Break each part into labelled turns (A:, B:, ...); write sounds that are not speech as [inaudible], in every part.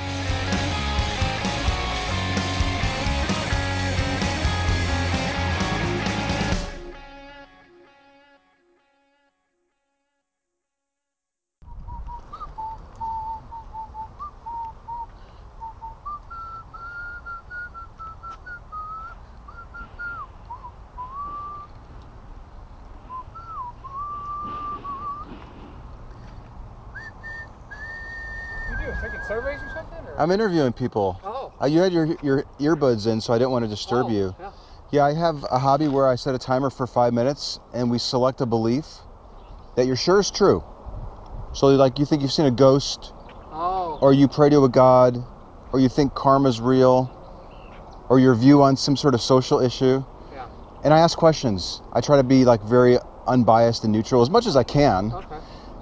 A: You do taking surveys or something? Or?
B: I'm interviewing people.
A: oh.
B: Uh, you had your your earbuds in, so I didn't want to disturb
A: oh,
B: you.
A: Yeah.
B: Yeah, I have a hobby where I set a timer for five minutes and we select a belief that you're sure is true. So, like, you think you've seen a ghost,
A: Oh.
B: or you pray to a god, or you think karma's real, or your view on some sort of social issue.
A: Yeah.
B: And I ask questions. I try to be like very unbiased and neutral as much as I can.
A: okay.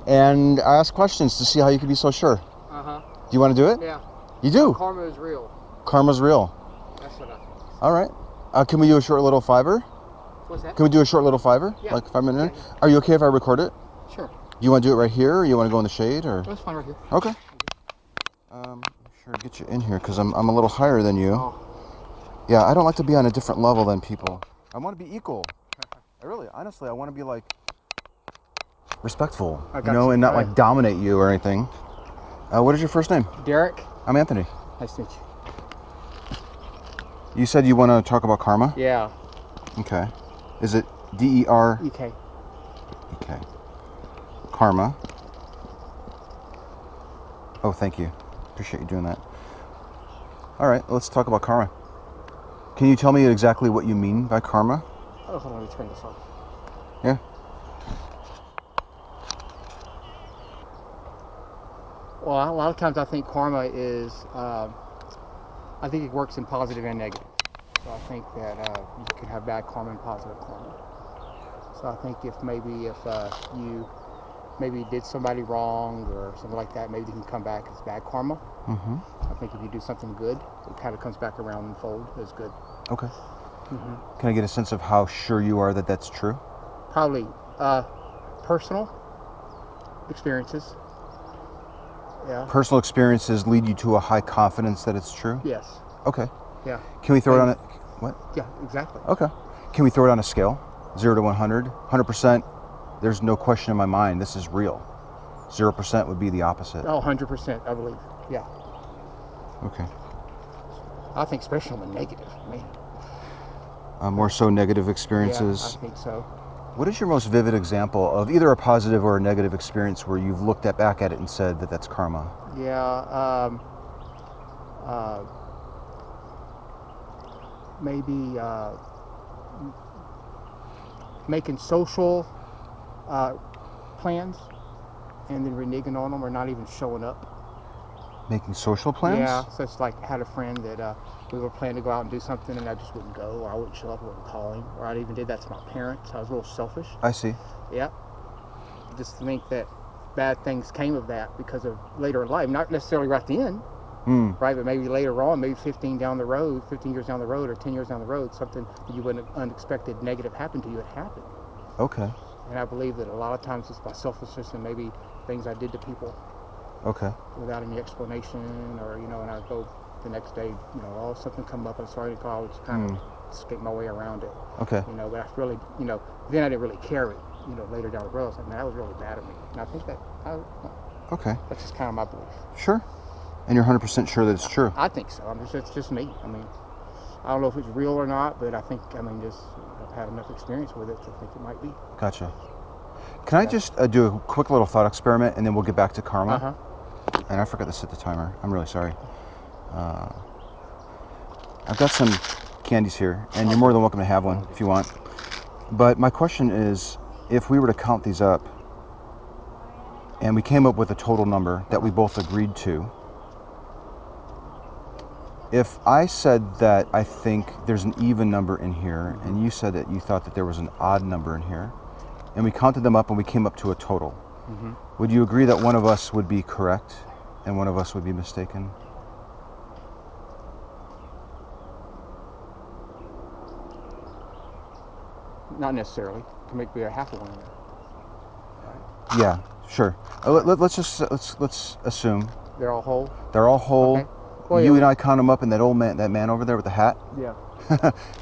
B: And I ask questions to see how you can be so sure. Do
A: Uh huh.
B: you want to do it?
A: Yeah.
B: You do.
A: Karma is real.
B: Karma's real.
A: That's what I think.
B: All right. Uh, can we do a short little fiver?
A: What's that?
B: Can we do a short little fiver?
A: Yeah.
B: Like five minute?
A: Yeah,
B: Are you okay if I record it?
A: Sure.
B: You want to do it right here, or you want to go in the shade, or
A: That's fine right here.
B: okay? Um, I'm sure to get you in here because I'm, I'm a little higher than you.
A: Oh.
B: Yeah, I don't like to be on a different level than people. I want to
A: [laughs]
B: be equal. I really, honestly, I want to be like respectful,
A: I
B: you
A: got
B: know,
A: you.
B: and not
A: All right.
B: like dominate you or anything. Uh, what is your first name?
A: Derek,
B: I'm Anthony.
A: nice to meet you.
B: You said you want to talk about karma.
A: Yeah.
B: Okay. Is it D E R
A: EK.
B: Okay. Karma. Oh, thank you. Appreciate you doing that. All right, let's talk about karma. Can you tell me exactly what you mean by karma?
A: Oh, hold on. Let me turn this off.
B: Yeah.
A: Well, a lot of times I think karma is, um, I think it works in positive and negative. So I think that uh, you can have bad karma and positive karma. So I think if maybe if uh, you maybe did somebody wrong or something like that, maybe they can come back as bad karma.
B: Mm-hmm.
A: I think if you do something good, it kind of comes back around and fold as good.
B: Okay. Can I get a sense of how sure you are that that's true?
A: probably uh, personal experiences. Yeah.
B: Personal experiences lead you to a high confidence that it's true.
A: Yes.
B: Okay.
A: Yeah.
B: Can we throw it on a what?
A: Yeah. Exactly.
B: Okay. Can we throw it on a scale? 0 to 100? 100%, there's no question in my mind, this is real. 0% would be the opposite.
A: Oh, 100%, I believe. Yeah.
B: Okay.
A: I think especially on the negative, man.
B: Uh, more so negative
A: Yeah,
B: experiences.
A: I think so.
B: What is your most vivid example of either a positive or a negative experience where you've looked at, back at it and said that that's karma?
A: Yeah. Um, uh, maybe uh, m- making social uh, plans and then reneging on them or not even showing up.
B: Making social plans?
A: Yeah, so it's like I had a friend that uh, we were planning to go out and do something, and I just wouldn't go, or I wouldn't show up, I wouldn't call him, or I even did that to my parents. I was a little selfish.
B: I see.
A: Yeah, just think that bad things came of that because of later in life, not necessarily right then,
B: Hmm.
A: right, but maybe later on, maybe 15 down the road, 15 years down the road, or 10 years down the road, something that you wouldn't unexpected negative happened to you. It happened,
B: Okay.
A: and I believe that a lot of times it's my selfishness and maybe things I did to people
B: Okay.
A: without any explanation or you know and i go the next day you know oh something come up i'm sorry to call just kind of skate my way around it
B: Okay.
A: you know but i really you know then i didn't really care it you know later down the road i was like man that was really bad of me and i think that I,
B: Okay.
A: that's just kind of my belief
B: Sure. And you're 100% sure that it's true.
A: i think so i'm just it's just me i mean i don't know if it's real or not but i think i mean just i've had enough experience with it to think it might be
B: Gotcha. Can I just uh, do a quick little thought experiment and then we'll get back to karma?
A: uh-huh
B: And I forgot to set the timer. I'm really sorry. Uh, I've got some candies here, and you're more than welcome to have one if you want. But my question is if we were to count these up and we came up with a total number that we both agreed to, if I said that I think there's an even number in here, and you said that you thought that there was an odd number in here, and we counted them up and we came up to a total, Mm-hmm. would you agree that one of us would be correct and one of us would be mistaken?
A: Not necessarily. Can make be a half of one in there.
B: Yeah, sure. Uh, let, let, us just let's let's assume
A: They're all whole.
B: they're all whole.
A: Okay. Well,
B: you
A: yeah.
B: and I count them up, and that old man, that man over there with the hat,
A: Yeah.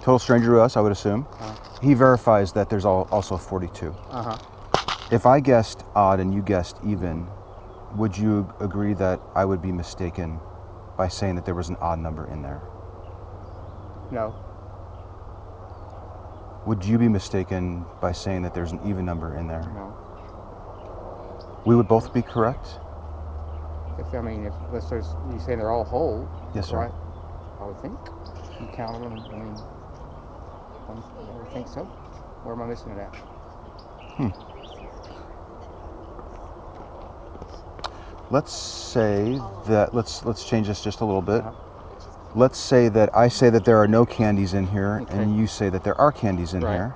B: total stranger to us, I would assume.
A: Uh
B: He verifies that there's all, also 42.
A: huh.
B: If I guessed odd and you guessed even, would you agree that I would be mistaken by saying that there was an odd number in there?
A: No.
B: Would you be mistaken by saying that there's an even number in there?
A: No.
B: We would both be correct.
A: If I mean, if let's just you say they're all whole.
B: Yes, sir.
A: Right. I would think. You count them. I mean, I would think so. Where am I missing it at?
B: Let's say that let's let's change this just a little bit.
A: Uh-huh.
B: Let's say that I say that there are no candies in here,
A: Okay.
B: and you say that there are candies in
A: Right.
B: here,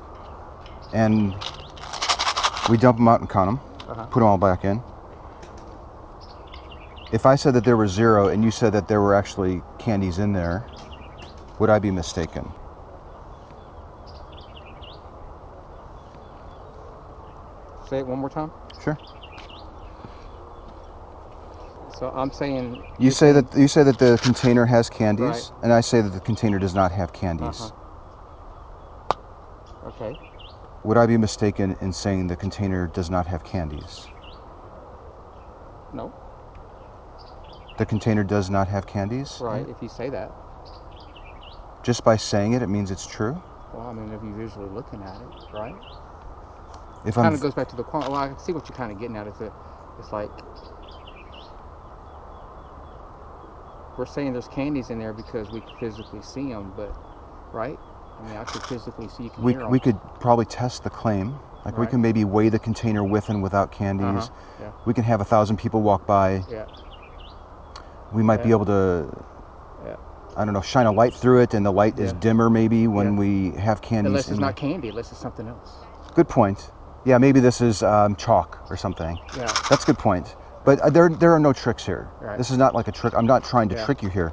B: and we dump them out and count them,
A: Uh-huh.
B: put them all back in. If I said that there were zero, and you said that there were actually candies in there, would I be mistaken?
A: Say it one more time.
B: Sure.
A: So I'm saying.
B: You say that you say that the container has candies,
A: Right. Uh-huh.
B: and I say that the container does not have candies.
A: Okay.
B: Would I be mistaken in saying the container does not have candies?
A: No.
B: The container does not have candies.
A: Right. If you say that.
B: Just by saying it, it means it's true.
A: Well, I mean, if you're visually looking at it, right?
B: If
A: Kind
B: I'm,
A: of goes back to the quant. Well, I see what you're kind of getting at. Is that it's like we're saying there's candies in there because we can physically see them, but right? I mean, I could physically see you can
B: we,
A: hear 'em.
B: we could probably test the claim. Like we
A: Right. Uh-huh.
B: can maybe weigh the container with and without candies.
A: Yeah.
B: We can have a thousand people walk by.
A: Yeah.
B: We might be
A: Yeah.
B: able to,
A: Yeah.
B: I don't know, shine a light through it, and the light is
A: Yeah.
B: dimmer maybe when
A: Yeah.
B: we have candies.
A: Unless it's
B: in
A: not candy, unless it's something else.
B: there. Good point. Yeah, maybe this is um, chalk or something.
A: Yeah.
B: That's a good point. But uh, there, there are no tricks here.
A: Right.
B: This is not like a trick. I'm not trying to
A: Yeah.
B: trick you here.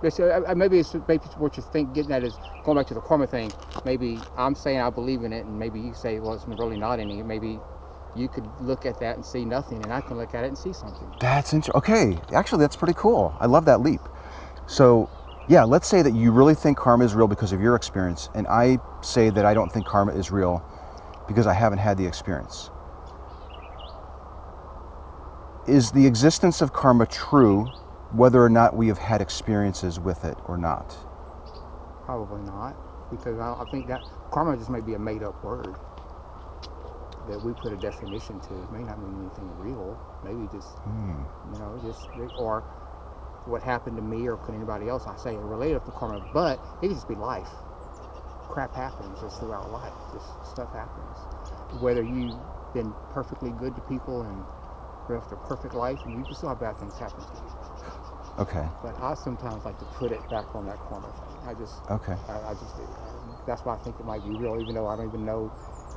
A: But see, I- I- maybe it's maybe it's what you think getting at is going back to the karma thing. Maybe I'm saying I believe in it, and maybe you say, well, it's really not any. Maybe you could look at that and see nothing, and I can look at it and see something.
B: That's interesting. Okay, actually, that's pretty cool. I love that leap. So, yeah, let's say that you really think karma is real because of your experience, and I say that I don't think karma is real because I haven't had the experience. Is the existence of karma true whether or not we have had experiences with it or not?
A: Probably not, because I, I think that karma just may be a made-up word that we put a definition to. It may not mean anything real. Maybe just
B: Hmm.
A: you know, just or what happened to me or could anybody else. I say related to karma, but it could just be life. Crap happens just throughout life. Just stuff happens. Whether you've been perfectly good to people and lived a perfect life, and you can still have bad things happen to you.
B: Okay,
A: But I sometimes like to put it back on that karma thing. I just,
B: okay.
A: I, I just, that's why I think it might be real, even though I don't even know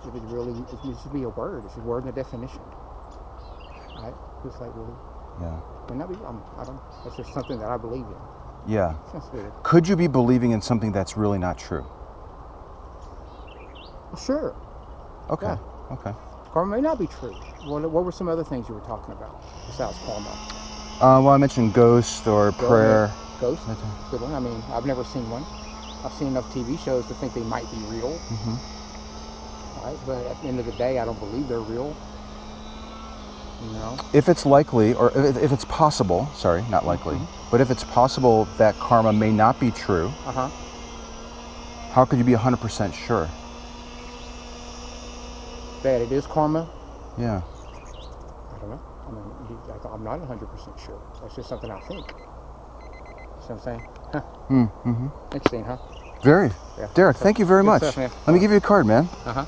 A: if it really. It should be a word. It's a word and a definition. Right? It's like, well,
B: Yeah.
A: and that be, I'm, I don't, that's just something that I believe in.
B: Yeah.
A: It's not weird.
B: Could you be believing in something that's really not true?
A: Well, sure,
B: Okay,
A: Yeah.
B: okay.
A: karma may not be true. What, what were some other things you were talking about besides karma?
B: Uh, well, I mentioned ghost or prayer.
A: Ghosts?
B: Okay.
A: Good one. I mean, I've never seen one. I've seen enough TV shows to think they might be real,
B: Mhm. Mm-hmm.
A: right? But at the end of the day, I don't believe they're real. You know?
B: if it's likely or if, if it's possible sorry not likely
A: Mm-hmm.
B: but if it's possible that karma may not be true
A: Uh huh.
B: how could you be 100% sure
A: That it is karma,
B: yeah
A: I don't know. I mean, you, I, I'm not 100% sure. That's just something I think. See what I'm saying? Huh.
B: mm-hmm.
A: Interesting, huh?
B: very
A: Yeah.
B: derek thank you very
A: Good
B: much
A: stuff, man.
B: let me give you a card man
A: Uh huh.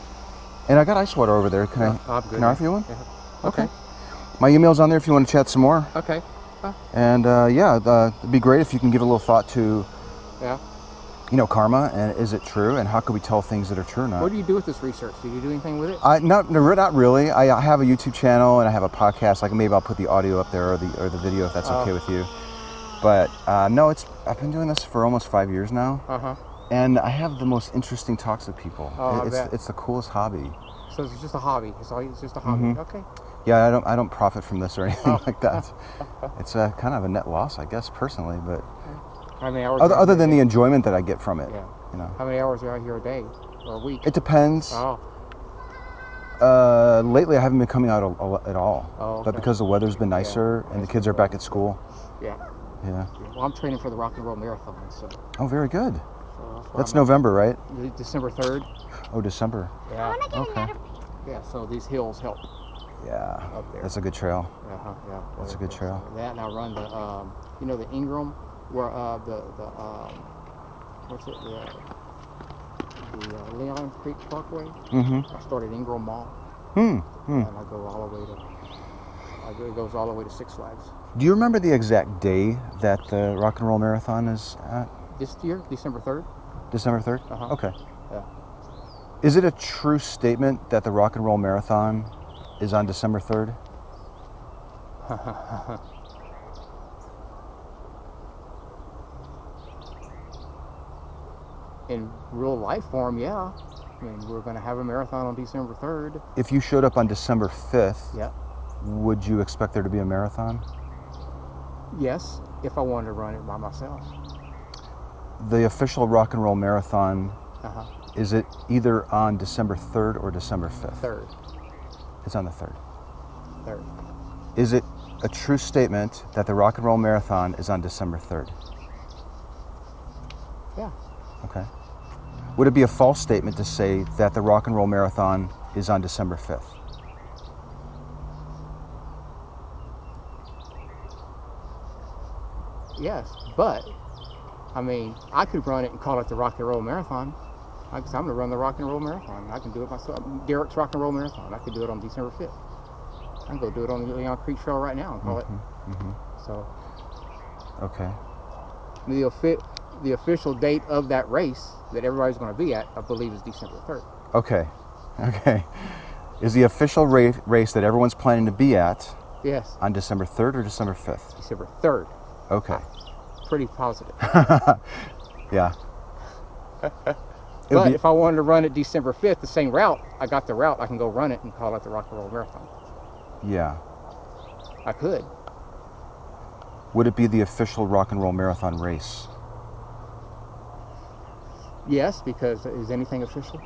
B: and i got ice water over there can
A: Uh,
B: i
A: I'm good,
B: can i
A: man.
B: offer you one
A: Yeah.
B: Okay. my email's on there if you want to chat some more
A: Okay. Huh.
B: and uh, yeah the, it'd be great if you can give a little thought to
A: Yeah.
B: you know karma and is it true and how could we tell things that are true or not
A: What do you do with this research? Do you do anything with it?
B: I, not no, not really. I, I have a YouTube channel and I have a podcast. Like maybe I'll put the audio up there or the or the video if that's
A: Oh.
B: okay with you. But uh, no, it's I've been doing this for almost five years now,
A: Uh huh.
B: and I have the most interesting talks with people.
A: Oh, I
B: it's
A: bet.
B: it's the coolest hobby.
A: So it's just a hobby. It's all. It's just a hobby.
B: Mhm.
A: Okay.
B: Yeah, I don't I don't profit from this or [laughs] anything
A: Oh.
B: like that. It's a, kind of a net loss, I guess, personally. But
A: How many hours?
B: other,
A: are
B: other
A: there
B: than
A: a
B: the
A: day?
B: enjoyment that I get from it,
A: Yeah.
B: you know,
A: How many hours are out here a day or a week?
B: it depends.
A: Oh,
B: Uh, lately, I haven't been coming out a, a, at all.
A: Oh,
B: But
A: okay.
B: because the weather's been
A: Yeah,
B: nicer and the
A: that's
B: kids are
A: better.
B: back at school.
A: yeah.
B: Yeah.
A: Well, I'm training for the Rock and Roll Marathon, so. so
B: Oh, very good.
A: that's why
B: That's
A: I'm
B: November, right?
A: at- December third.
B: Oh, December.
A: Yeah.
C: I want to get
B: Okay.
C: another
A: Yeah. So these hills help.
B: Yeah.
A: Up there.
B: That's a good trail.
A: Uh-huh, yeah.
B: That's a
A: very
B: good trail.
A: So That and I run the, um, you know, the Ingram, where uh, the the um, what's it the uh, the uh, Leon Creek Parkway.
B: Mm-hmm.
A: I started Ingram Mall,
B: Hmm. Hmm.
A: and I go all the way to. I go, it goes all the way to Six Flags.
B: Do you remember the exact day that the Rock and Roll Marathon is at?
A: This year, December third. [laughs]
B: December 3rd?
A: Uh-huh.
B: Okay.
A: Yeah.
B: Is it a true statement that the Rock and Roll Marathon is on December 3rd?
A: In real life form, yeah. I mean, we're going to have a marathon on December third.
B: If you showed up on December 5th,
A: Yeah.
B: would you expect there to be a marathon?
A: Yes, if I wanted to run it by myself.
B: The official Rock and Roll Marathon,
A: Uh huh.
B: is it either on December 3rd or December 5th?
A: Third,
B: It's on the 3rd.
A: third.
B: Is it a true statement that the Rock and Roll Marathon is on December 3rd?
A: Yeah.
B: Okay. Would it be a false statement to say that the Rock and Roll Marathon is on December 5th?
A: Yes, but I mean, I could run it and call it the Rock and Roll Marathon. I, cause I'm going to run the Rock and Roll Marathon. I can do it myself. Derek's Rock and Roll Marathon. I could do it on December 5th. I can go do it on the Leon Creek Trail right now and call
B: mhm.
A: it. So
B: Okay.
A: the, offi- the official date of that race that everybody's going to be at, I believe, is December 3rd.
B: Okay. [laughs] Okay. Is the official ra- race that everyone's planning to be at
A: Yes,
B: on December 3rd or December 5th?
A: December 3rd.
B: Okay.
A: Pretty positive.
B: Yeah. It would
A: but
B: be-
A: if I wanted to run it December 5th, the same route, I got the route, I can go run it and call it the Rock and Roll Marathon.
B: yeah.
A: I could.
B: Would it be the official rock and roll marathon race?
A: Yes, because is anything official?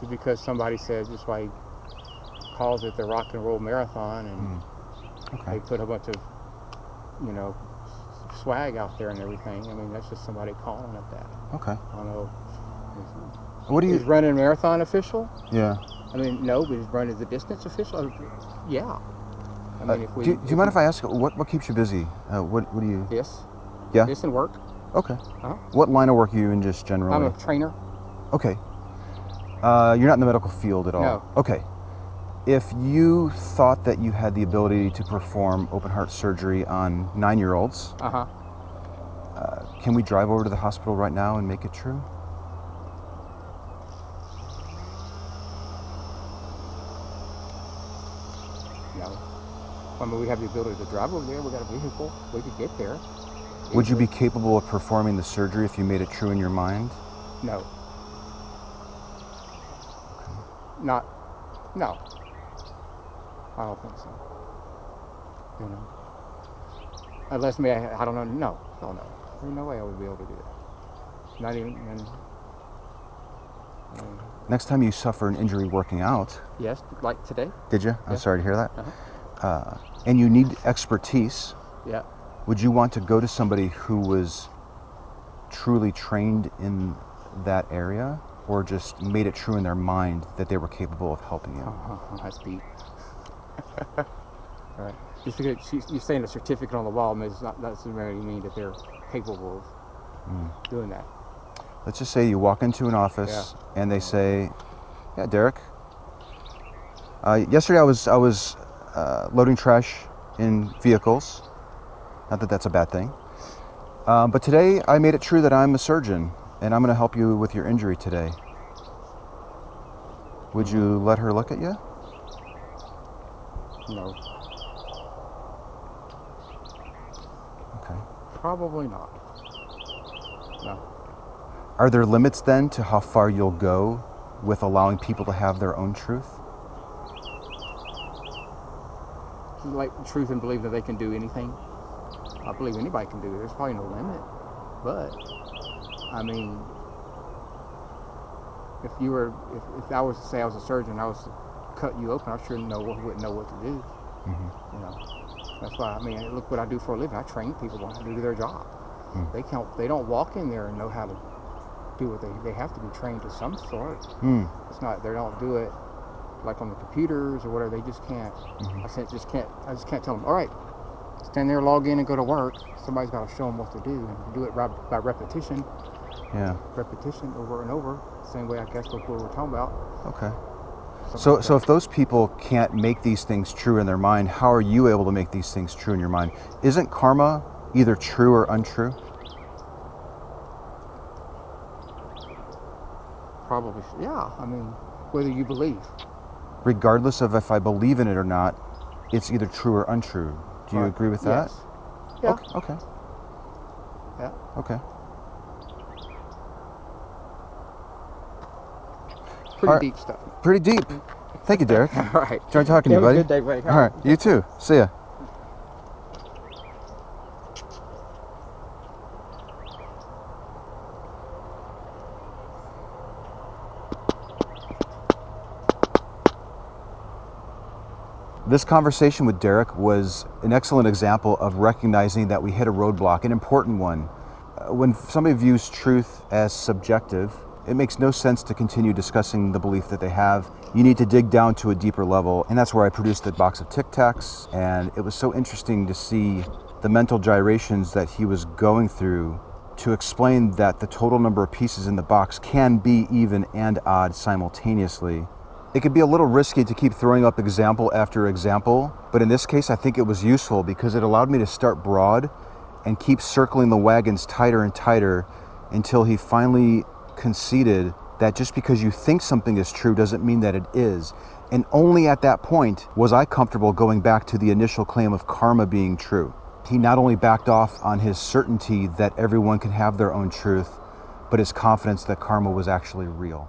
A: Just because somebody says that's why he calls it the rock and roll marathon and
B: Okay.
A: they put a bunch of you know swag out there and everything. I mean that's just somebody calling it that.
B: Okay.
A: I don't know. Is-
B: What do
A: Is
B: you?
A: running a marathon official?
B: Yeah.
A: I mean no, but is running the distance official? Uh, Yeah. I mean
B: Uh,
A: if we
B: do, do you mind if I ask what, what keeps you busy? Uh, what, what do you?
A: this?
B: Yeah.
A: This and work.
B: Okay.
A: Huh?
B: What line of work are you in just generally?
A: I'm a trainer.
B: Okay. Uh, you're not in the medical field at all.
A: No.
B: Okay. If you thought that you had the ability to perform open heart surgery on nine year olds,
A: Uh huh.
B: can we drive over to the hospital right now and make it true?
A: No. I mean, we have the ability to drive over there. We got a vehicle. We could get there.
B: Would you be
A: Easily.
B: capable of performing the surgery if you made it true in your mind?
A: No. Not. No. I don't think so. You know. Unless me, I, I don't know. No. Oh no. There's no way I would be able to do that. Not even. And,
B: Next time you suffer an injury working out,
A: yes, like today.
B: did you? I'm
A: Yeah.
B: sorry to hear that.
A: Uh-huh.
B: Uh, and you need expertise,
A: Yeah.
B: would you want to go to somebody who was truly trained in that area or just made it true in their mind that they were capable of helping you?
A: Oh, that's deep. [laughs] All right. Just because she's, you're saying a certificate on the wall does not necessarily mean that they're capable of doing that.
B: Let's just say you walk into an office and they say, "Yeah, Derek. Uh, yesterday I was I was uh, loading trash in vehicles. Not that that's a bad thing, um, but today I made it true that I'm a surgeon and I'm going to help you with your injury today. Would you let her look at you?
A: No.
B: Okay.
A: Probably not. No.
B: Are there limits then to how far you'll go with allowing people to have their own truth?
A: like truth and believe that they can do anything. I believe anybody can do it. There's probably no limit. But I mean, if you were, if, if I was to say I was a surgeon, I was to cut you open, I sure know what, wouldn't know what to do.
B: Mhm.
A: You know, that's why I mean, look what I do for a living. I train people on how to do their job.
B: Mm.
A: They can't, they don't walk in there and know how to do what they. They have to be trained to some sort.
B: Hmm.
A: It's not they don't do it like on the computers or whatever. They just can't.
B: Mm-hmm.
A: I said just can't. I just can't tell them. All right, stand there, log in, and go to work. Somebody's got to show them what to do and do it by, by repetition,
B: Yeah.
A: repetition over and over. Same way I guess with what we're talking about.
B: Okay.
A: Something
B: So,
A: like
B: so if those people can't make these things true in their mind, how are you able to make these things true in your mind? Isn't karma either true or untrue?
A: that. probably yeah. I mean, whether you believe,
B: Regardless of if I believe in it or not, it's either true or untrue. Do you
A: Right.
B: agree with that?
A: Yes. Yeah.
B: Okay. Okay.
A: Yeah.
B: Okay.
A: Pretty
B: Alright.
A: deep
B: [laughs]
A: stuff.
B: Pretty deep. Thank
A: [laughs]
B: you, Derek.
A: All right.
B: Enjoy talking to
A: Have
B: you,
A: a
B: buddy.
A: good day, buddy.
B: All right. You too. See ya. This conversation with Derek was an excellent example of recognizing that we hit a roadblock, an important one. Uh, When somebody views truth as subjective, it makes no sense to continue discussing the belief that they have. You need to dig down to a deeper level, and that's where I produced the box of Tic Tacs. And it was so interesting to see the mental gyrations that he was going through to explain that the total number of pieces in the box can be even and odd simultaneously. It could be a little risky to keep throwing up example after example, but in this case, I think it was useful because it allowed me to start broad and keep circling the wagons tighter and tighter until he finally conceded that just because you think something is true doesn't mean that it is. And only at that point was I comfortable going back to the initial claim of karma being true. He not only backed off on his certainty that everyone can have their own truth, but his confidence that karma was actually real.